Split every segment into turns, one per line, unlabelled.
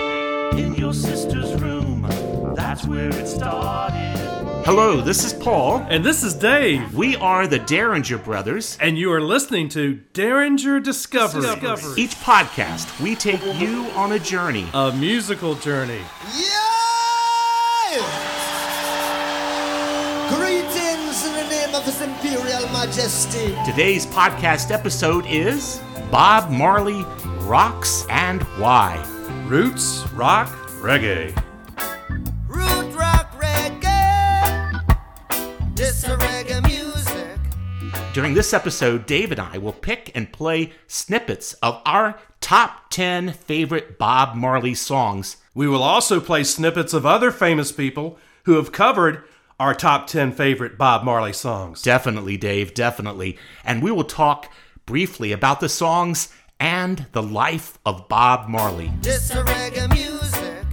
in your sister's room. That's where it started.
Hello, this is Paul.
And this is Dave,
We are the Derringer Brothers.
and you are listening to Derringer Discovery,
Each podcast, we take you on a journey.
a musical journey.
Yes! Greetings in the name of His Imperial Majesty.
Today's podcast episode is Bob Marley Rocks and Why.
Roots, rock, reggae.
Root rock reggae. This a reggae music.
During this episode, Dave and I will pick and play snippets of our top 10 favorite Bob Marley songs.
We will also play snippets of other famous people who have covered our top 10 favorite Bob Marley songs.
Definitely, Dave, definitely. And we will talk briefly about the songs and the life of Bob Marley.
This a reggae music.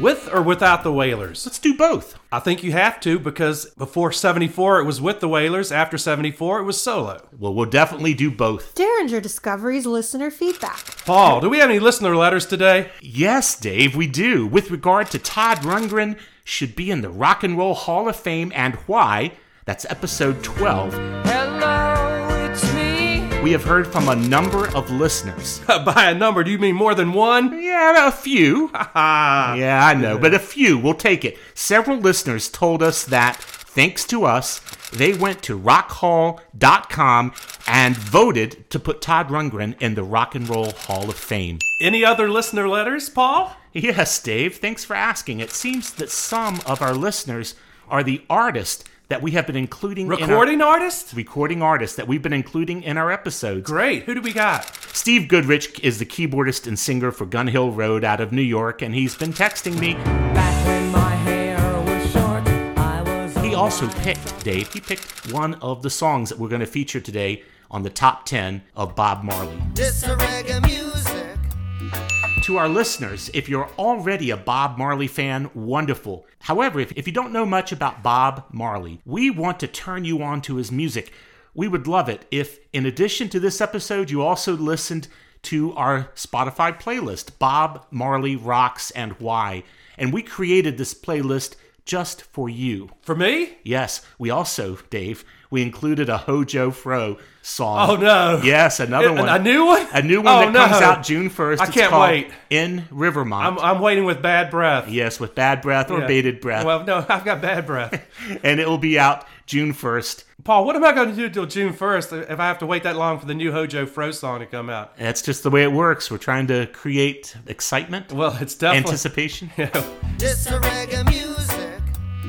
With or without the Wailers?
Let's do both.
I think you have to because before 74 it was with the Wailers, after 74 it was solo.
Well, we'll definitely do both.
Derringer Discoveries listener feedback.
Paul, do we have any listener letters today?
Yes, Dave, we do. With regard to Todd Rundgren, should be in the Rock and Roll Hall of Fame and why. That's episode 12.
Hello, it's me.
We have heard from a number of listeners.
By a number, do you mean more than one?
Yeah, a few. yeah, I know, but a few. We'll take it. Several listeners told us that, thanks to us, they went to rockhall.com and voted to put Todd Rundgren in the Rock and Roll Hall of Fame.
Any other listener letters, Paul?
Yes, Dave, thanks for asking. It seems that some of our listeners are the artists that we have been including in our,
Recording artist?
recording artists that we've been including in our episodes.
Great. Who do we got?
Steve Goodrich is the keyboardist and singer for Gun Hill Road out of New York, and he's been texting me.
Back when my hair was short, I was
He also picked, Dave, he picked one of the songs that we're going to feature today on the top 10 of Bob Marley.
This a reggae music.
To our listeners, if you're already a Bob Marley fan, wonderful. However, if, if you don't know much about Bob Marley, we want to turn you on to his music. We would love it if, in addition to this episode, you also listened to our Spotify playlist, Bob Marley Rocks and Why. And we created this playlist just for you.
For me?
Yes, we also, Dave, we included a Hojo Fro song.
Oh, no.
Yes, another
It-
one.
a new one?
A new
Oh,
one that
no.
comes out June first.
I can't wait.
In Rivermont.
I'm, I'm waiting with bad breath.
yes, with bad breath or
Yeah.
bated breath,
Well, no, I've got bad breath.
and it will be out June first.
Paul, what am I going to do till June 1st if I have to wait that long for the new Hojo Fro song to come out?
That's just the way it works. We're trying to create excitement,
Well, it's definitely.
anticipation.
This a reggae music.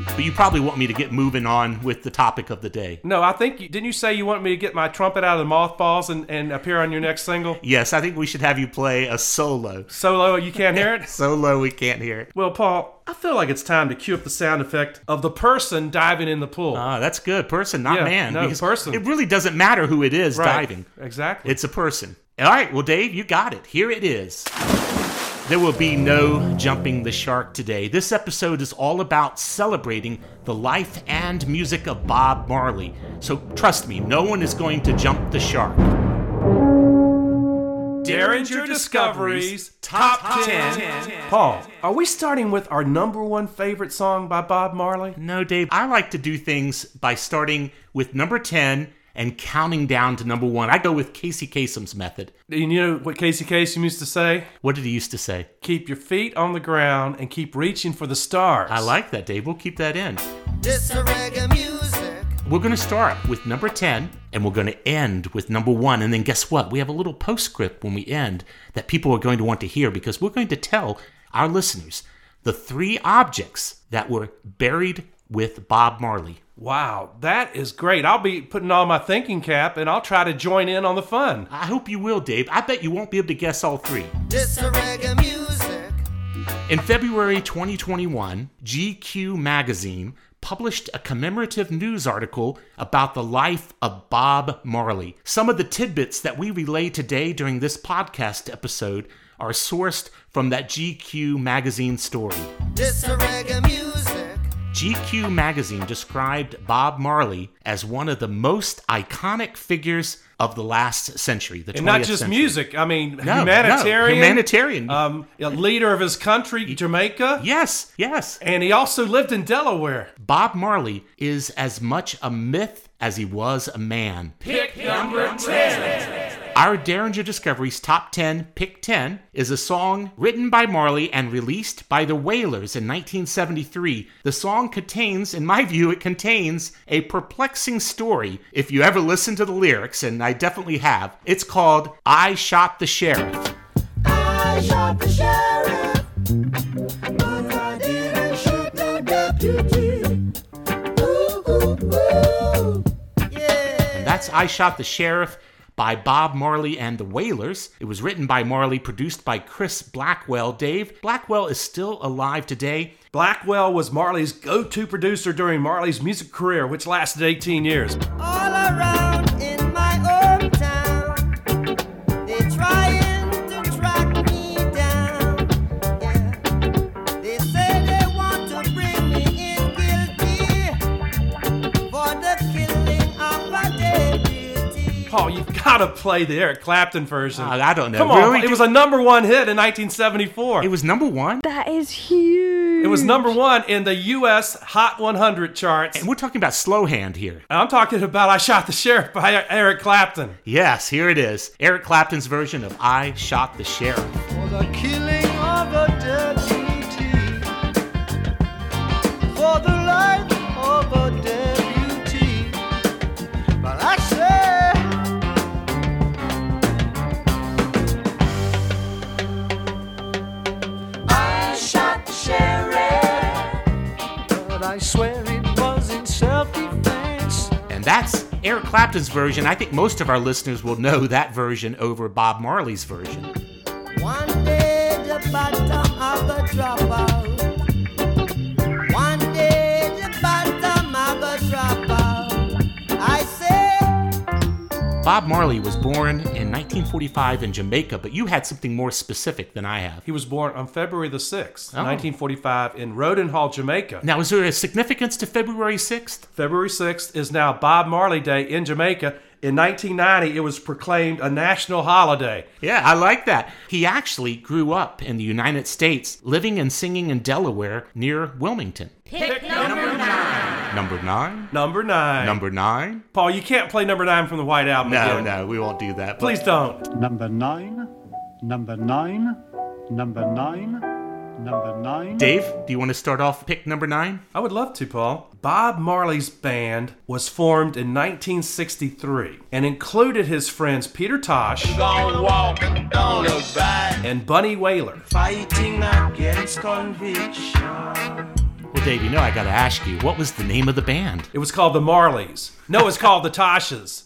But you probably want me to get moving on with the topic of the day.
no, I think you, didn't you say you want me to get my trumpet out of the mothballs and, and appear on your next single
Yes, I think we should have you play a solo.
solo? You can't hear it.
Solo, we can't hear it.
Well, Paul, I feel like it's time to cue up the sound effect of the person diving in the pool.
Ah, that's good. Person, not
Yeah,
man.
no,
because
person.
It really doesn't matter who it is
Right.
diving.
Exactly.
It's a person. All right, well, Dave, you got it. Here it is. There will be no jumping the shark today. This episode is all about celebrating the life and music of Bob Marley. So trust me, no one is going to jump the shark.
Derringer Discoveries Top 10. Paul, are we starting with our number one favorite song by Bob Marley?
No, Dave, I like to do things by starting with number 10 and counting down to number one. I go with Casey Kasem's method.
And you know what Casey Kasem used to say?
What did he used to say?
Keep your feet on the ground and keep reaching for the stars.
I like that, Dave. We'll keep that in.
This a reggae music.
We're going to start with number 10 and we're going to end with number 1 and then guess what? We have a little postscript when we end that people are going to want to hear because we're going to tell our listeners the three objects that were buried with Bob Marley.
Wow, that is great. I'll be putting on my thinking cap and I'll try to join in on the fun.
I hope you will, Dave. I bet you won't be able to guess all three.
This a reggae music.
In February 2021, GQ magazine published a commemorative news article about the life of Bob Marley. Some of the tidbits that we relay today during this podcast episode are sourced from that GQ magazine story.
This a reggae music.
GQ magazine described Bob Marley as one of the most iconic figures of the last century, the 20th
And not just
century.
music. I mean,
No,
humanitarian,
no, humanitarian.
um, a leader of his country, Jamaica,
yes, yes.
and he also lived in Delaware.
Bob Marley is as much a myth as he was a man. Pick number 10. Our Derringer Discoveries Top 10 Pick 10 is a song written by Marley and released by the Wailers in 1973. The song contains, in my view, it contains a perplexing story if you ever listen to the lyrics, and I definitely have. It's called I Shot the Sheriff.
I shot the sheriff, but I didn't shoot the deputy. Ooh, ooh, ooh.
And that's I Shot the Sheriff by Bob Marley and the Wailers. It was written by Marley, produced by Chris Blackwell. Dave, Blackwell is still alive today.
Blackwell was Marley's go to producer during Marley's music career, which lasted 18 years.
all around in my hometown. They're trying to track me down. Yeah. They say they want to bring me in guilty for the killing of a deputy.
Paul, you've got to play the Eric Clapton version.
Uh, I don't know.
Come on,
Really?
it was a number one hit in 1974.
It was number one.
That is huge.
It was number one in the U.S. Hot 100 charts.
And we're talking about slow hand here.
I'm talking about I Shot the Sheriff by E- Eric Clapton.
Yes, here it is. Eric Clapton's version of I Shot the Sheriff.
For the killing of a deputy. For the life of a deputy. But I say.
I shot the sheriff.
But I swear it was in self defense.
And that's Eric Clapton's version. I think most of our listeners will know that version over Bob Marley's version.
One day the bottom of the dropout. One day the bottom of the dropout. I say,
Bob Marley was born in 1945 in Jamaica, but you had something more specific than I have.
He was born on February the 6th,
Oh.
1945, in Roden Hall, Jamaica.
Now, is there a significance to February 6th?
February 6th is now Bob Marley Day in Jamaica. In 1990, it was proclaimed a national holiday.
Yeah, I like that. He actually grew up in the United States, living and singing in Delaware near Wilmington. Pick, number, nine.
Number nine.
Number nine? Number nine?
Paul, you can't play number nine from the White Album.
No,
again.
no, we won't do that.
Please don't.
Number nine, number nine, number nine, number nine.
Dave, do you want to start off pick number nine?
I would love to, Paul. Bob Marley's band was formed in 1963 and included his friends Peter Tosh
Don't walk, don't look back.
and Bunny Whaler.
Fighting against conviction.
Well, Dave, you know I got to ask you, what was the name of the band?
It was called the Marleys. No, it's called the Toshes.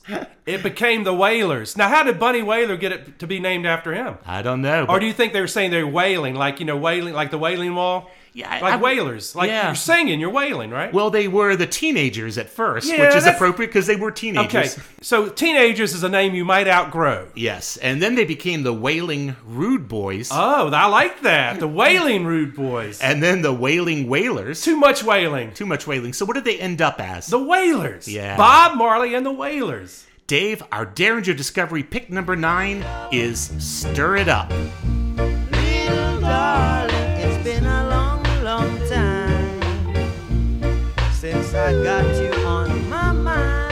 It became the Whalers. Now, how did Bunny Whaler get it to be named after him?
I don't know.
Or
but-
do you think they were saying they're wailing, like you know, wailing, like the wailing wall?
Yeah, I-
like
I-
whalers. Like
yeah.
you're singing, you're wailing, right?
well, they were the teenagers at first,
Yeah,
which is
that's-
appropriate because they were
okay.
teenagers.
So teenagers is a name you might outgrow.
Yes, and then they became the Wailing Rude Boys,
Oh, I like that. The wailing rude boys.
and then the Wailing Wailers.
Too much wailing.
Too much wailing. So, what did they end up as?
The Whalers.
Yeah.
Bob Marley and the Whalers.
Dave, our Derringer Discovery pick number nine is Stir It Up.
little darling, it's been a long, long time since I got you on my mind.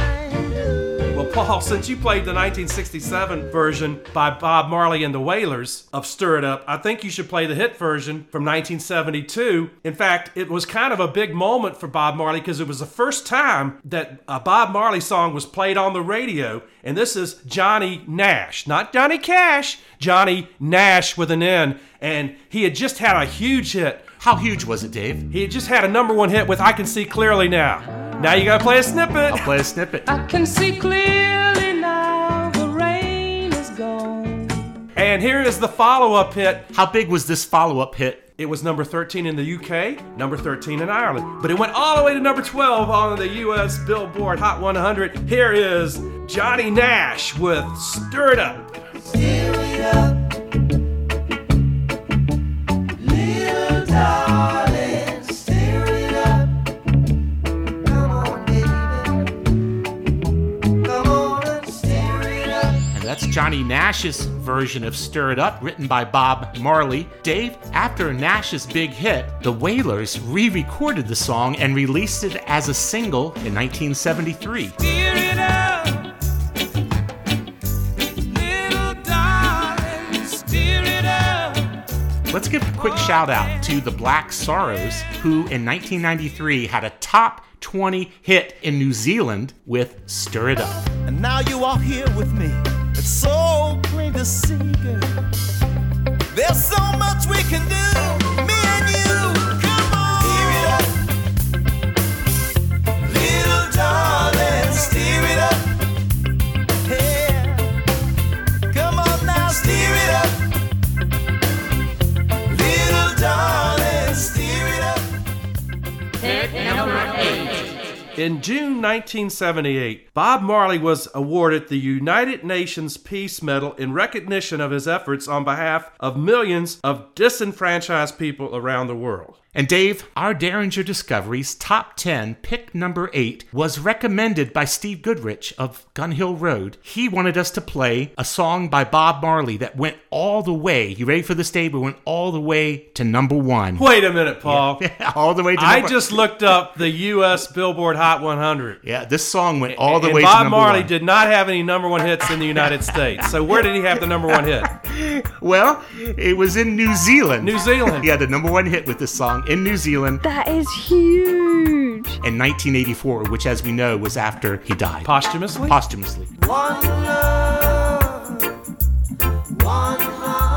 Well, Paul, since you played the 1967 version by Bob Marley and the Whalers of Stir It Up, I think you should play the hit version from 1972. In fact, it was kind of a big moment for Bob Marley because it was the first time that a Bob Marley song was played on the radio. And this is Johnny Nash, not Johnny Cash, Johnny Nash with an N. And he had just had a huge hit
How huge was it, Dave?
He had just had a number one hit with I Can See Clearly Now. Now you gotta play a snippet.
I'll play a snippet.
I can see clearly now the rain is gone.
And here is the follow up hit.
How big was this follow up hit?
It was number 13 in the UK, number 13 in Ireland, but it went all the way to number 12 on the US Billboard Hot 100. Here is Johnny Nash with Stir It Up.
Stir it up, little darling, stir it up.
Johnny Nash's version of Stir It Up, written by Bob Marley. Dave, after Nash's big hit, the Wailers re recorded the song and released it as a single in 1973.
Stir it up, little darling, stir it up.
Let's give a quick shout out to the Black Sorrows, who in 1993 had a top 20 hit in New Zealand with Stir It Up.
And now you are here with me. It's so plain to see, girl. There's so much we can do. Me and you, come on. Steer it up. Little darling, steer it up. Yeah. Come on now, steer it up. Little darling, steer it up.
In June 1978, Bob Marley was awarded the United Nations Peace Medal in recognition of his efforts on behalf of millions of disenfranchised people around the world.
And Dave, our Derringer Discoveries top 10 pick number 8 was recommended by Steve Goodrich of Gun Hill Road. He wanted us to play a song by Bob Marley that went all the way. You ready for this, Dave? It went all the way to number 1.
Wait a minute, Paul.
all the way to number
I just looked up the U.S. Billboard Hot 100.
Yeah, this song went all the
and
way to
Bob
number
Marley
1.
did not have any number one hits in the United States. So where did he have the number one hit?
Well, it was in New Zealand.
New Zealand.
He had the number 1 hit with this song in New Zealand
That is huge.
in 1984, which as we know was after he died
Posthumously?
posthumously.
One love, one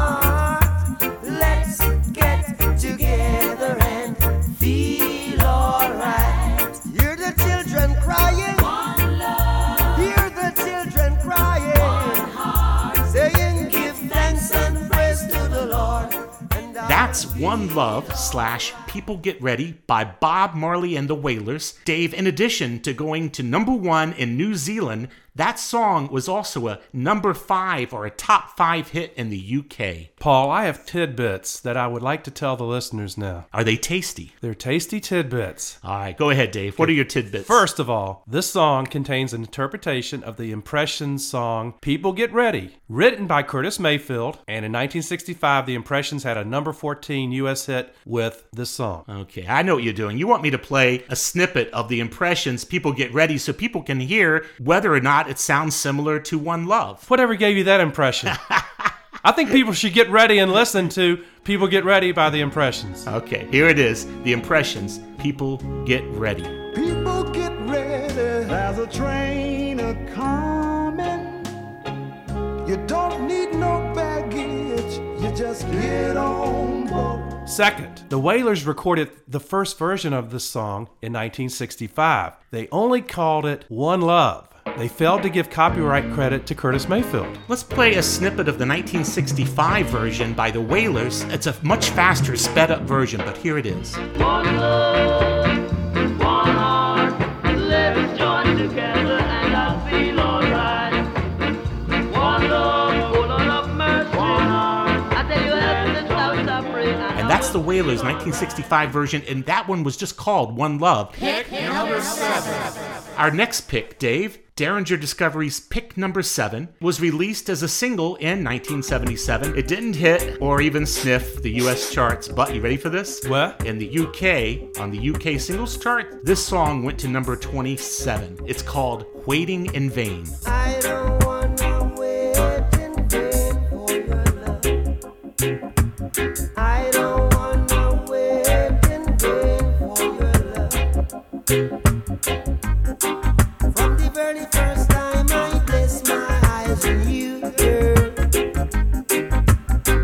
heart. Let's get together and feel alright. Hear the children crying. One love. Hear the children crying. One heart. Saying, give thanks and praise to the Lord. And I
That's One Love slash People Get Ready by Bob Marley and the Wailers. Dave, in addition to going to number one in New Zealand, that song was also a number five or a top five hit in the UK.
Paul, I have tidbits that I would like to tell the listeners now.
Are they tasty?
They're tasty tidbits.
All right, go ahead, Dave. What are your tidbits?
First of all, this song contains an interpretation of the Impressions song People Get Ready, written by Curtis Mayfield, and in 1965 the Impressions had a number 14 US hit with this song.
Okay, I know what you're doing. You want me to play a snippet of the impressions people get ready so people can hear whether or not it sounds similar to One Love.
Whatever gave you that impression? I think people should get ready and listen to People Get Ready by the Impressions.
Okay, here it is the impressions people get ready.
People get ready.
There's a train a coming.
You don't need no baggage. You just get on board.
Second, the Wailers recorded the first version of this song in 1965. They only called it One Love. They failed to give copyright credit to Curtis Mayfield.
Let's play a snippet of the 1965 version by the Wailers. It's a much faster, sped up version, but here it is.
One love, one heart. Let us join together and I'll feel alright. One love, full of mercy. One heart. I tell you, help the clouds are free.
And that's the Wailers 1965 version, and that one was just called One Love. Pick number seven. Our next pick, Dave, Derringer Discovery's pick number seven, was released as a single in 1977. It didn't hit or even sniff the US charts, but you ready for this?
What?
In the UK, on the UK singles chart, this song went to number 27. It's called Waiting in Vain.
I don't wanna wait in vain for your love. I don't wanna wait in vain for your love. From the very first time I placed my eyes on you, girl,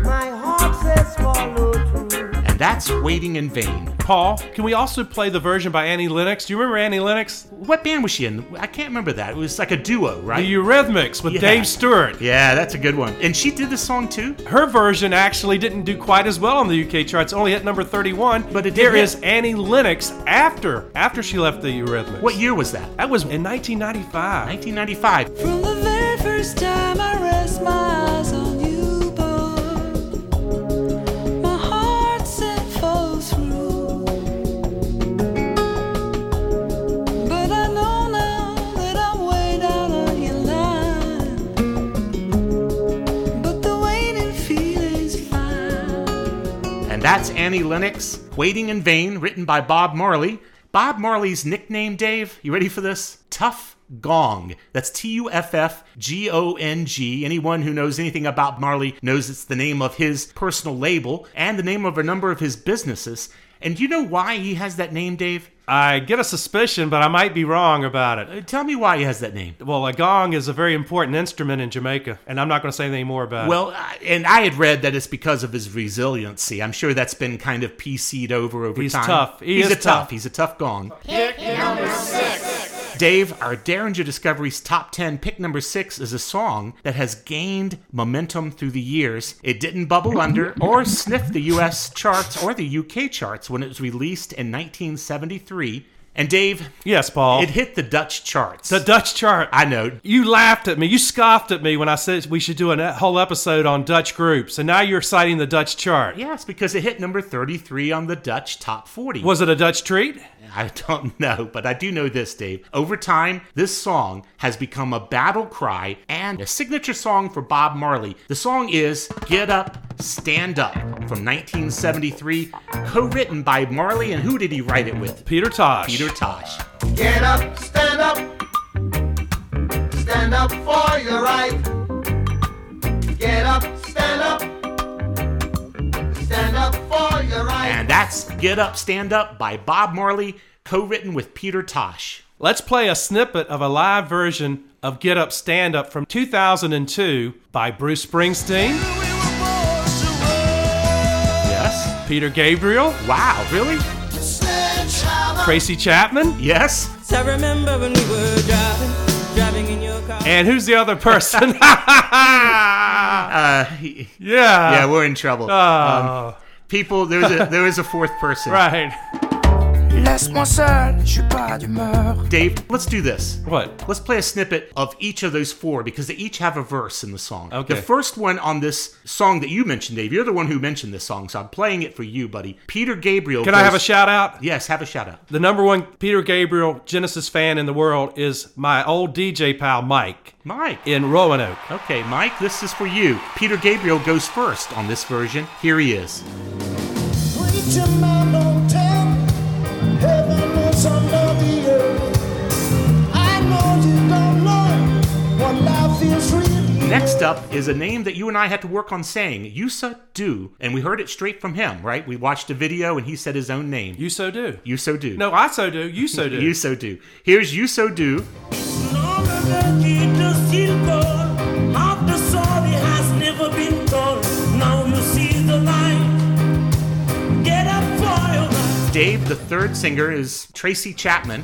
my heart says follow through.
And that's Waiting in Vain.
Paul, can we also play the version by Annie Lennox? Do you remember Annie Lennox?
What band was she in? I can't remember that. It was like a duo, right?
The Eurythmics with
Yeah.
Dave Stewart.
yeah, that's a good one. And she did this song too?
Her version actually didn't do quite as well on the UK charts, only hit number 31.
But it did
here
hit.
is Annie Lennox after after she left the Eurythmics.
What year was that?
That was in 1995.
1995.
From the very first time I rest my eyes on you, boy, my heart set falls through. But I know now that I'm way down on your line.
That's Annie Lennox, Waiting in Vain, written by Bob Marley. Bob Marley's nickname, Dave, you ready for this? Tough Gong. That's T U F F G O N G. Anyone who knows anything about Marley knows it's the name of his personal label and the name of a number of his businesses. And do you know why he has that name, Dave? Uh,
I get a suspicion, but I might be wrong about it.
tell me why he has that name.
Well, a gong is a very important instrument in Jamaica, and I'm not going to say anything more about
Well,
it.
I- and I had read that it's because of his resiliency. I'm sure that's been kind of PC'd over over
He's
time.
tough. He
He's
is
a tough.
tough.
He's a tough gong. Dave, our Derringer Discovery's top 10 pick number six is a song that has gained momentum through the years. It didn't bubble under or sniff the US charts or the UK charts when it was released in 1973. And Dave,
yes, Paul.
it hit the Dutch charts.
Oh. The Dutch chart.
I know.
You laughed at me. You scoffed at me when I said we should do a whole episode on Dutch groups, and now you're citing the Dutch chart.
Yes, because it hit number 33 on the Dutch top 40.
Was it a Dutch treat?
I don't know, but I do know this, Dave. Over time, this song has become a battle cry and a signature song for Bob Marley. The song is Get Up, Stand Up from 1973, co written by Marley, and who did he write it with?
Peter Tosh.
Peter Tosh.
Get up, stand up, stand up for your right. Get up, stand up, stand up for your right.
And that's Get Up, Stand Up by Bob Marley, co written with Peter Tosh.
Let's play a snippet of a live version of Get Up Stand Up from 2002 by Bruce Springsteen.
Yes.
Peter Gabriel.
Wow, really?
Tracy Chapman.
Yes.
I remember when we were driving, driving in your car.
And who's the other person?
Uh, yeah.
Yeah.
Yeah, we're in trouble.
Oh.
Um, people, there was, a, there was a fourth person.
right.
Laisse-moi seul, je suis pas d'humeur.
Dave, let's do this.
What?
Let's play a snippet of each of those four because they each have a verse in the song.
Okay.
The first one on this song that you mentioned, Dave, you're the one who mentioned this song, so I'm playing it for you, buddy. Peter Gabriel.
Can I have a
goes-
shout out?
Yes, have a shout out.
The number one Peter Gabriel Genesis fan in the world is my old DJ pal, Mike.
Mike.
In Roanoke.
Okay, Mike, this is for you. Peter Gabriel goes first on this version. Here he is.
Preacher man don't tell me heaven is under the earth. I know you don't know what life is really.
Next up is a name that you and I had to work on saying, You So Do. And we heard it straight from him, right? We watched a video and he said his own name.
You So Do.
You So Do.
No, I so do. You so do.
You So Do. Here's You So Do. Dave, the third singer, is Tracy Chapman.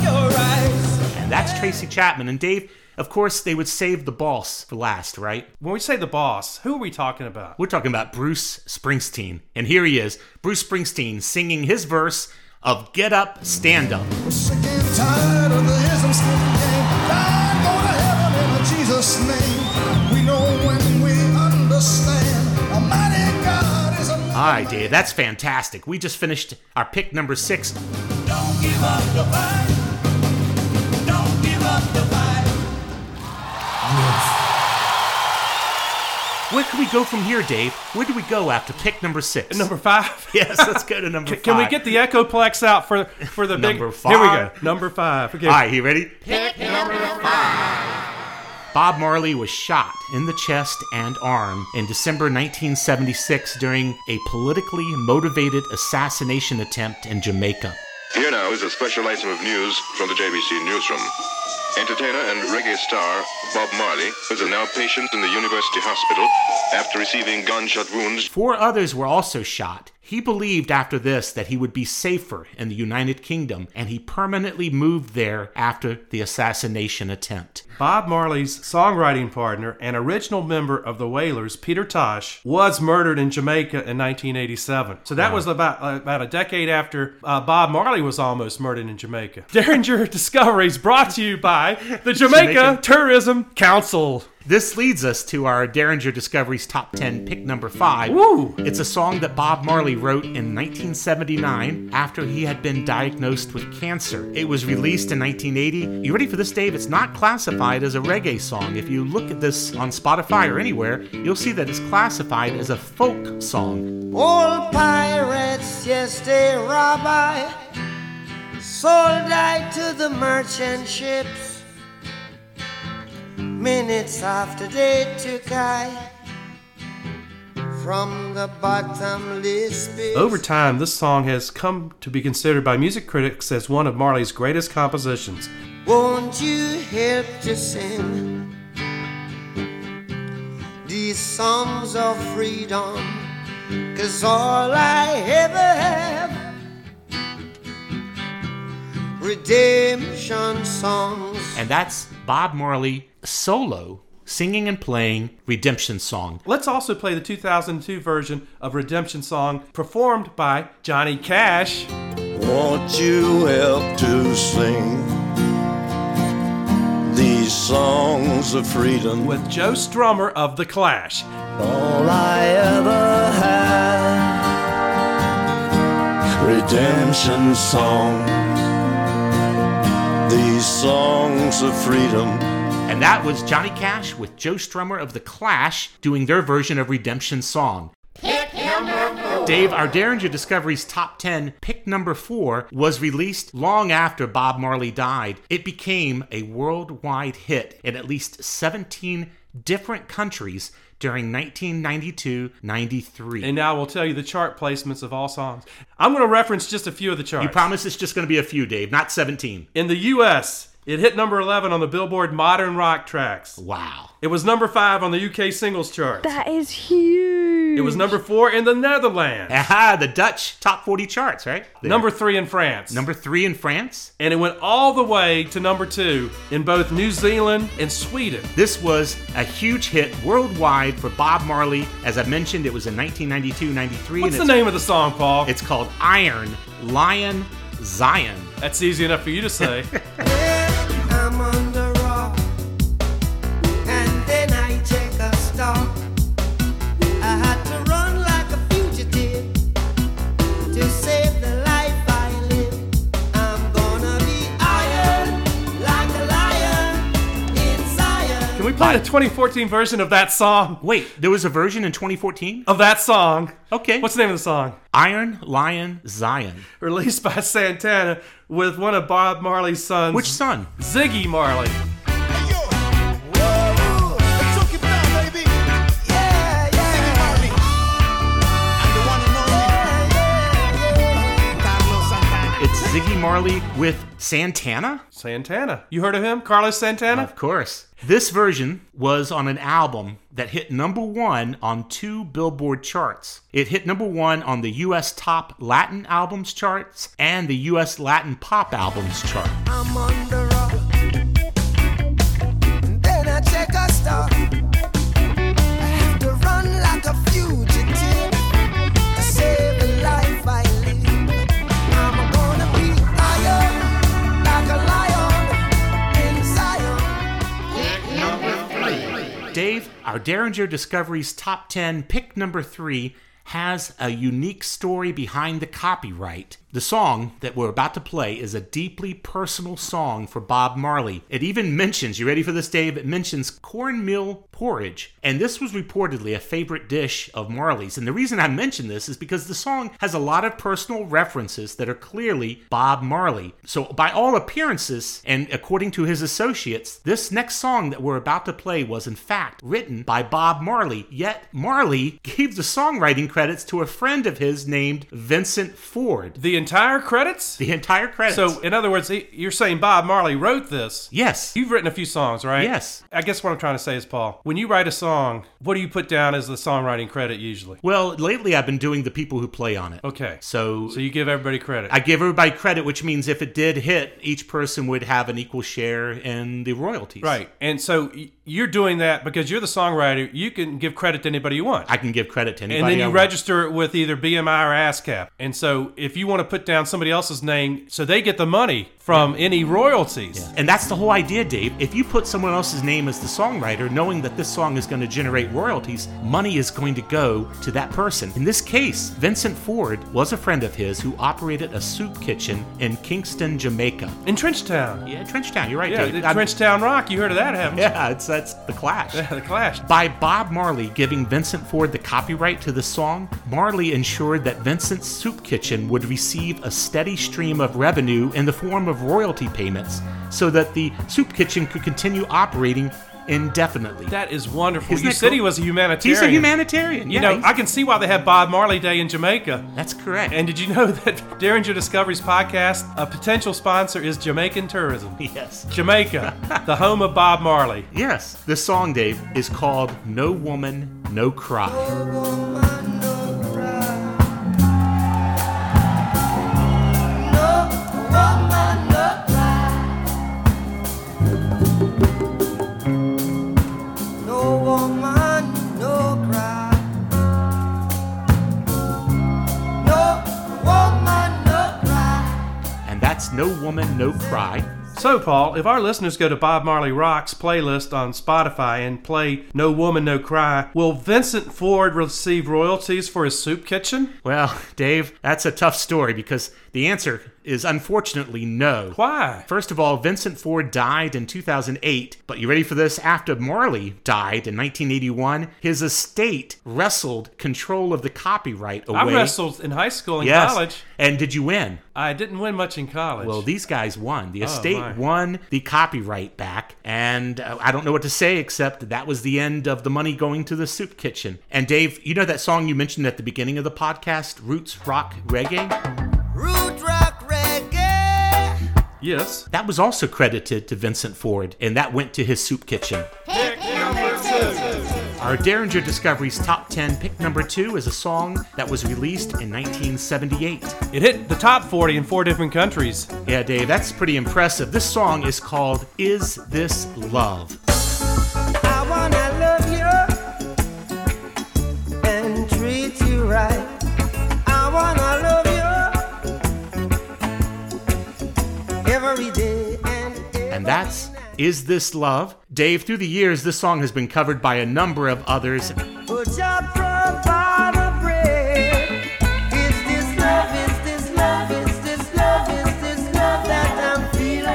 And that's Tracy Chapman. And Dave, of course, they would save the boss for last, right?
When we say the boss, who are we talking about?
We're talking about Bruce Springsteen. And here he is, Bruce Springsteen singing his verse of Get Up, Stand Up.
I'm sick and tired of the ism skin game. God, go to heaven in Jesus' name. We know when we understand. Almighty God is a
All right, Dave, that's fantastic. We just finished our pick number six.
Don't give up the fight. Don't give up the fight.
Where can we go from here, Dave? Where do we go after pick number six?
Number five.
yes, let's go to number
Can we
five.
get the Echoplex out for for the big?
Number
Here we go.
five.
Number five. Okay.
All right, you ready? Bob Marley was shot in the chest and arm in December 1976 during a politically motivated assassination attempt in Jamaica.
Here now is a special item of news from the JBC newsroom. Entertainer and reggae star Bob Marley is a now patient in the University Hospital after receiving gunshot wounds
Four others were also shot. He believed after this that he would be safer in the United Kingdom, and he permanently moved there after the assassination attempt.
Bob Marley's songwriting partner and original member of the Wailers, Peter Tosh, was murdered in Jamaica in 1987. So that was about uh, about a decade after uh, Bob Marley was almost murdered in Jamaica. Derringer Discoveries brought to you by the Jamaica
Jamaican.
Tourism Council.
This leads us to our Derringer Discoveries Top 10 pick number 5.
Woo!
It's a song that Bob Marley wrote in 1979 after he had been diagnosed with cancer. It was released in 1980. You ready for this, Dave? It's not classified as a reggae song. If you look at this on Spotify or anywhere, you'll see that it's classified as a folk song.
Old pirates, yes, they rob I. Sold I to the merchant ships. Minutes after they took I from the bottomless pit.
Over time, this song has come to be considered by music critics as one of Marley's greatest compositions.
Won't you help to sing these songs of freedom? Cause all I ever have redemption songs.
And that's Bob Marley solo singing and playing Redemption Song.
Let's also play the 2002 version of Redemption Song performed by Johnny Cash.
Won't you help to sing these songs of freedom?
With Joe Strummer of The Clash.
All I ever had, redemption songs, these songs of freedom.
And that was Johnny Cash with Joe Strummer of The Clash doing their version of Redemption Song. Dave, our Derringer Discoveries top 10 pick number 4 was released long after Bob Marley died. It became a worldwide hit in at least 17 different countries during 1992 93.
And now I will tell you the chart placements of all songs. I'm going to reference just a few of the charts.
You promise it's just going to be a few, Dave, not 17.
In the U.S., it hit number 11 on the Billboard Modern Rock Tracks.
Wow.
It was number 5 on the UK Singles Chart.
That is huge.
It was number 4 in the Netherlands.
Aha, the Dutch top 40 charts, right? There.
Number 3 in France.
Number 3 in France.
And it went all the way to number 2 in both New Zealand and Sweden.
This was a huge hit worldwide for Bob Marley. As I mentioned, it was in 1992 93.
What's the name of the song, Paul?
It's called Iron Lion Zion.
That's easy enough for you to say.
I'm on the rock, and then I take a stalk. I had to run like a fugitive to save the life I live. I'm gonna be iron like a lion in Zion.
Can we play the 2014 version of that song?
Wait, there was a version in 2014?
Of that song.
Okay.
Oh. What's the name of the song?
Iron Lion Zion.
Released by Santana with one of Bob Marley's sons.
Which son?
Ziggy Marley.
It's Ziggy Marley with Santana?
Santana. You heard of him? Carlos Santana?
Of course. This version was on an album that hit number one on two Billboard charts. It hit number one on the US Top Latin Albums charts and the US Latin Pop Albums chart.
I'm on the rock, and then I take a stalk. I have to run like a fugitive to save the life I live. I'm gonna be iron like a lion in Zion.
Dave, our Derringer Discoveries Top 10 pick number three has a unique story behind the copyright. The song that we're about to play is a deeply personal song for Bob Marley. It even mentions, you ready for this, Dave? It mentions cornmeal porridge. And this was reportedly a favorite dish of Marley's. And the reason I mention this is because the song has a lot of personal references that are clearly Bob Marley. So, by all appearances, and according to his associates, this next song that we're about to play was in fact written by Bob Marley. Yet, Marley gave the songwriting credits to a friend of his named Vincent Ford.
The entire credits?
The entire credits.
So, in other words, he- you're saying Bob Marley wrote this.
yes.
You've written a few songs, right?
Yes.
I guess what I'm trying to say is, Paul, when you write a song, what do you put down as the songwriting credit usually?
Well, lately I've been doing the people who play on it.
Okay.
So,
So you give everybody credit.
I give everybody credit, which means if it did hit, each person would have an equal share in the royalties.
right. And so y- you're doing that because you're the songwriter. You can give credit to anybody you want.
I can give credit to anybody.
and then
I
you
want.
register it with either BMI or ASCAP. And so if you want to put down somebody else's name so they get the money from any royalties.
And that's the whole idea, Dave. If you put someone else's name as the songwriter, knowing that this song is going to generate royalties, money is going to go to that person. In this case, Vincent Ford was a friend of his who operated a soup kitchen in Kingston, Jamaica.
In Trenchtown.
Yeah, Trenchtown. You're right,
Yeah,
Dave.
the
I'm-
Trenchtown Rock. You heard of that, haven't you?
Yeah, it's that's the Clash.
Yeah, the Clash.
By Bob Marley giving Vincent Ford the copyright to the song, Marley ensured that Vincent's Soup Kitchen would receive a steady stream of revenue in the form of royalty payments so that the soup kitchen could continue operating indefinitely.
That is wonderful.
Isn't
you
it
said
cool?
he was a humanitarian.
He's a humanitarian,
You
yeah,
know,
he's-
I can see why they have Bob Marley Day in Jamaica.
That's correct.
And did you know that Derringer Discoveries podcast, a potential sponsor is Jamaican tourism?
Yes.
Jamaica, the home of Bob Marley.
Yes, this song, Dave, is called No Woman, No Cry.
No woman, no cry. No woman, no cry.
And that's No Woman, No Cry.
So, Paul, if our listeners go to Bob Marley Rock's playlist on Spotify and play No Woman, No Cry, will Vincent Ford receive royalties for his soup kitchen?
Well, Dave, that's a tough story because the answer is unfortunately no.
Why?
First of all, Vincent Ford died in 2008, but you ready for this? After Marley died in 1981, his estate wrestled control of the copyright away.
I wrestled in high school and
Yes.
college.
And did you win?
I didn't win much in college.
Well, these guys won. The
Oh,
estate
my.
won the copyright back, and uh, I don't know what to say except that was the end of the money going to the soup kitchen. And Dave, you know that song you mentioned at the beginning of the podcast, Roots Rock Reggae?
Root rock reggae.
Yes.
That was also credited to Vincent Ford, and that went to his soup kitchen. Our Derringer Discoveries Top 10 pick number two is a song that was released in 1978.
It hit the top 40 in four different countries.
Yeah, Dave, that's pretty impressive. This song is called Is This Love?
I wanna love you and treat you right. I wanna love you every day and
And that's Is This Love? Dave, through the years, this song has been covered by a number of others.
good job from bottom bread. Is this love? Is this love? Is this love? Is this love that I'm feeling?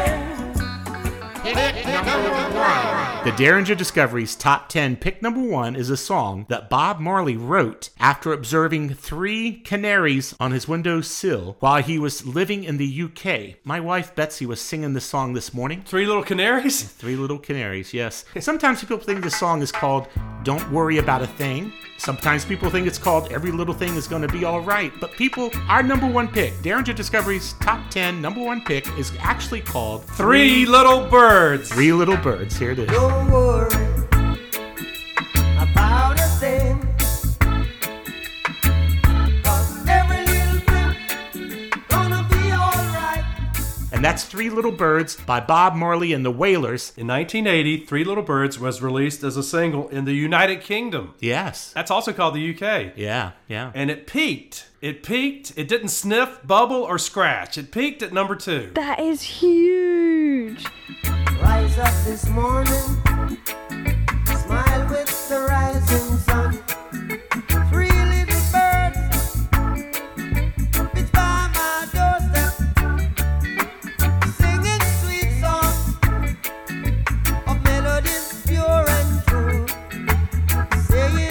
The Derringer Discoveries Top 10 Pick Number 1 is a song that Bob Marley wrote after observing three canaries on his window sill while he was living in the UK. My wife Betsy was singing this song this morning.
Three little canaries?
Three little canaries, yes. Sometimes people think the song is called Don't Worry About a Thing. Sometimes people think it's called Every Little Thing Is Gonna Be Alright. But people, our number one pick, Derringer Discovery's top 10 number one pick, is actually called
Three Little Birds.
Three Little Birds. Here it is.
Don't worry about a thing. 'Cause every little thing gonna be alright.
And that's Three Little Birds by Bob Marley and the Wailers.
In 1980, Three Little Birds was released as a single in the United Kingdom.
Yes.
That's also called the UK.
Yeah, yeah.
And it peaked. It peaked. It didn't sniff, bubble, or scratch. It peaked at number two.
That is huge.
Rise up this morning, smile with the rising sun. Three little birds, pitch by my doorstep, singing sweet songs of melodies pure and true, saying,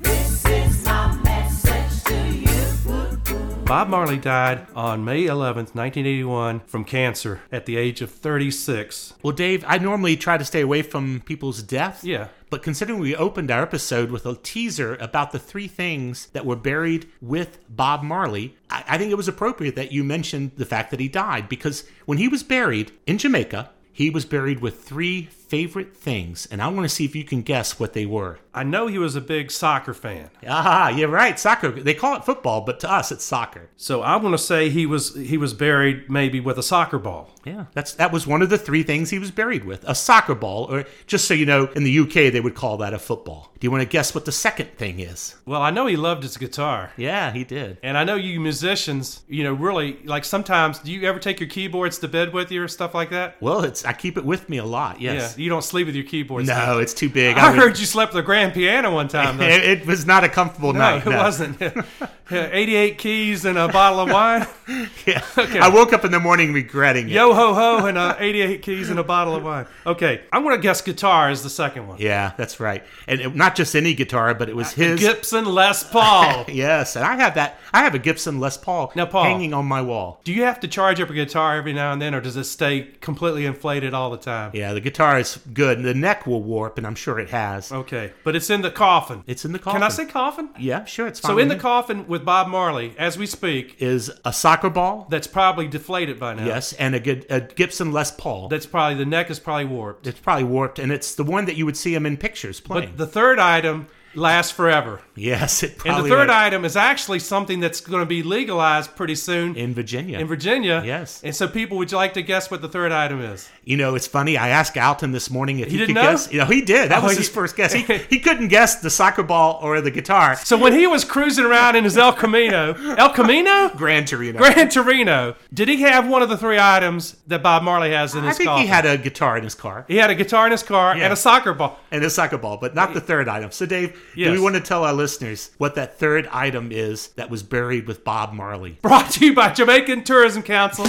This is my message to you.
Bob Marley died on May 11th, 1981, from cancer at the age of 36.
Well, Dave, I normally try to stay away from people's death.
Yeah.
But considering we opened our episode with a teaser about the three things that were buried with Bob Marley, I, I think it was appropriate that you mentioned the fact that he died because when he was buried in Jamaica, he was buried with three favorite things, and I want to see if you can guess what they were.
I know he was a big soccer fan.
Ah, you're right. Soccer. They call it football, but to us, it's soccer.
So I want to say he was he was buried maybe with a soccer ball.
Yeah, that's that was one of the three things he was buried with: a soccer ball, or just so you know, in the UK they would call that a football. Do you want to guess what the second thing is?
Well, I know he loved his guitar.
Yeah, he did.
And I know you musicians, you know, really like sometimes. Do you ever take your keyboards to bed with you or stuff like that?
Well, it's I keep it with me a lot. Yes.
Yeah, you don't sleep with your keyboards.
No,
do you?
it's too big.
I,
I would-
heard you slept with a grand piano one time. though.
It, it was not a comfortable
no,
night.
it wasn't. Yeah, 88 keys and a bottle of wine.
Yeah. I woke up in the morning regretting it.
Yo ho ho and uh, 88 keys and a bottle of wine. Okay, I'm going to guess guitar is the second one.
Yeah, that's right. And it, not just any guitar, but it was his.
Gibson Les Paul.
yes, and I have that. I have a Gibson Les Paul,
Now, Paul.
hanging on my wall.
Do you have to charge up a guitar every now and then, or does it stay completely inflated all the time?
Yeah, the guitar is good. The neck will warp, and I'm sure it has.
Okay, but it's in the coffin.
It's in the coffin.
Oh. Can I say coffin?
Yeah, sure. It's fine
So
with
in the
me.
coffin with Bob Marley, as we speak,
is a soccer ball.
that's probably deflated by now.
Yes, and a, good- a Gibson Les Paul.
That's probably the neck is probably warped.
It's probably warped, and it's the one that you would see him in pictures playing.
But the third item lasts forever.
yes, it
And
probably.
the third
was.
item is actually something that's going to be legalized pretty soon
in Virginia.
in Virginia.
Yes.
And so, people, would you like to guess what the third item is?
You know, it's funny. I asked Alton this morning if
He
he, could
didn't know?
guess. You know, he did. That
Oh,
was
he-
his first guess. He, he couldn't guess the soccer ball or the guitar.
So, when he was cruising around in his El Camino, El Camino?
Gran Torino.
Gran Torino. Did he have one of the three items that Bob Marley has in
I
his
think
coffin?
he had a guitar in his car
He had a guitar in his car
Yeah.
and a soccer ball.
and a soccer ball, but not the third item. So, Dave, do
Yes.
we want to tell our listeners what that third item is that was buried with Bob Marley?
Brought to you by Jamaican Tourism Council.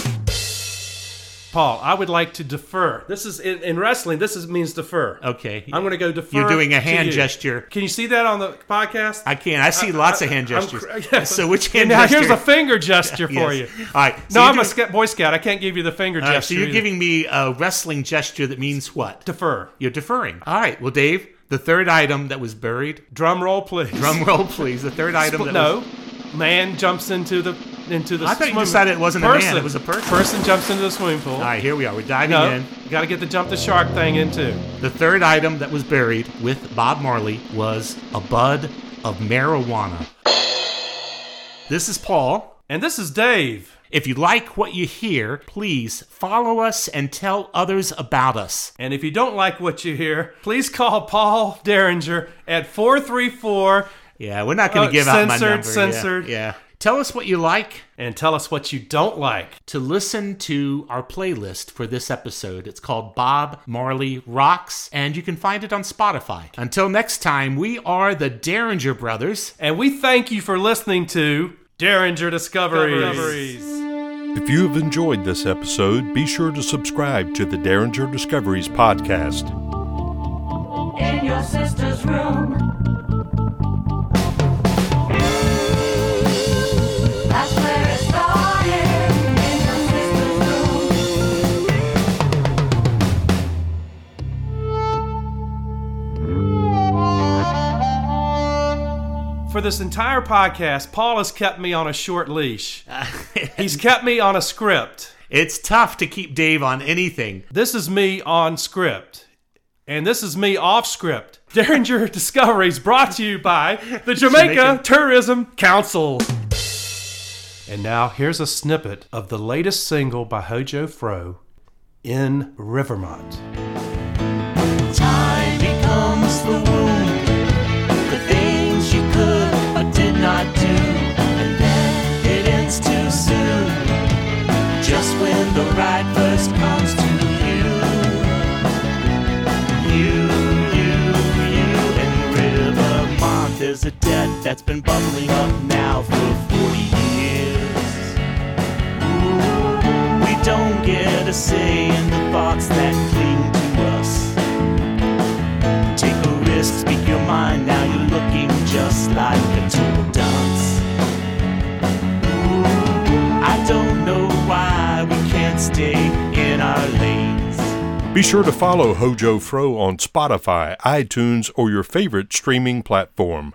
Paul, I would like to defer. This is in, in wrestling. This is, means defer.
Okay.
I'm going to go defer.
You're doing a
to
hand
you.
gesture.
Can you see that on the podcast?
I can. I see lots of hand
I'm
gestures.
cr- yeah.
So, which
And
hand
now
gesture?
here's a finger gesture for
Yes.
you.
All right.
No,
So you're
I'm a
doing-
sc- Boy Scout. I can't give you the finger
All right,
gesture.
so you're
either.
giving me a wrestling gesture that means what?
defer.
You're deferring. All right. Well, Dave, the third item that was buried.
Drum roll, please.
Drum roll, please. The third item.
Sp-
That
no,
Was,
man jumps into the into the.
I thought you
swimming-
decided it wasn't a man,
person.
it was a person.
Person jumps into the swimming pool.
all right. Here we are. We're diving
No,
in.
got to get the jump the shark thing in too.
The third item that was buried with Bob Marley was a bud of marijuana. This is Paul.
And this is Dave.
If you like what you hear, please follow us and tell others about us.
And if you don't like what you hear, please call Paul Derringer at 434
Yeah, we're not going to
Oh,
give out my
censored,
number. Yeah,
censored.
yeah. Tell us what you like.
and tell us what you don't like.
to listen to our playlist for this episode. It's called Bob Marley Rocks, and you can find it on Spotify. Until next time, we are the Derringer Brothers.
And we thank you for listening to Derringer Discoveries.
If you have enjoyed this episode, be sure to subscribe to the Derringer Discoveries podcast.
in your sister's room. That's where it started, in your sister's room.
For this entire podcast, Paul has kept me on a short leash. He's kept me on a script.
It's tough to keep Dave on anything.
This is me on script. And this is me off script. Derringer Discoveries brought to you by the Jamaica,
Jamaican.
Tourism Council. And now here's a snippet of the latest single by Hojo Fro in Rivermont.
Time becomes the wound, the things you could but did not do, and then it ends too soon. Just when the right first comes to you, you, you, you, in Rivermont, there's a debt that's been bubbling up now for 40 years. We don't get a say in the thoughts that cling to us. Take a risk, speak your mind, now you're looking just like a total dunce. I don't know why we can't stay in our lanes.
Be sure to follow Hojo Fro on Spotify, iTunes, or your favorite streaming platform.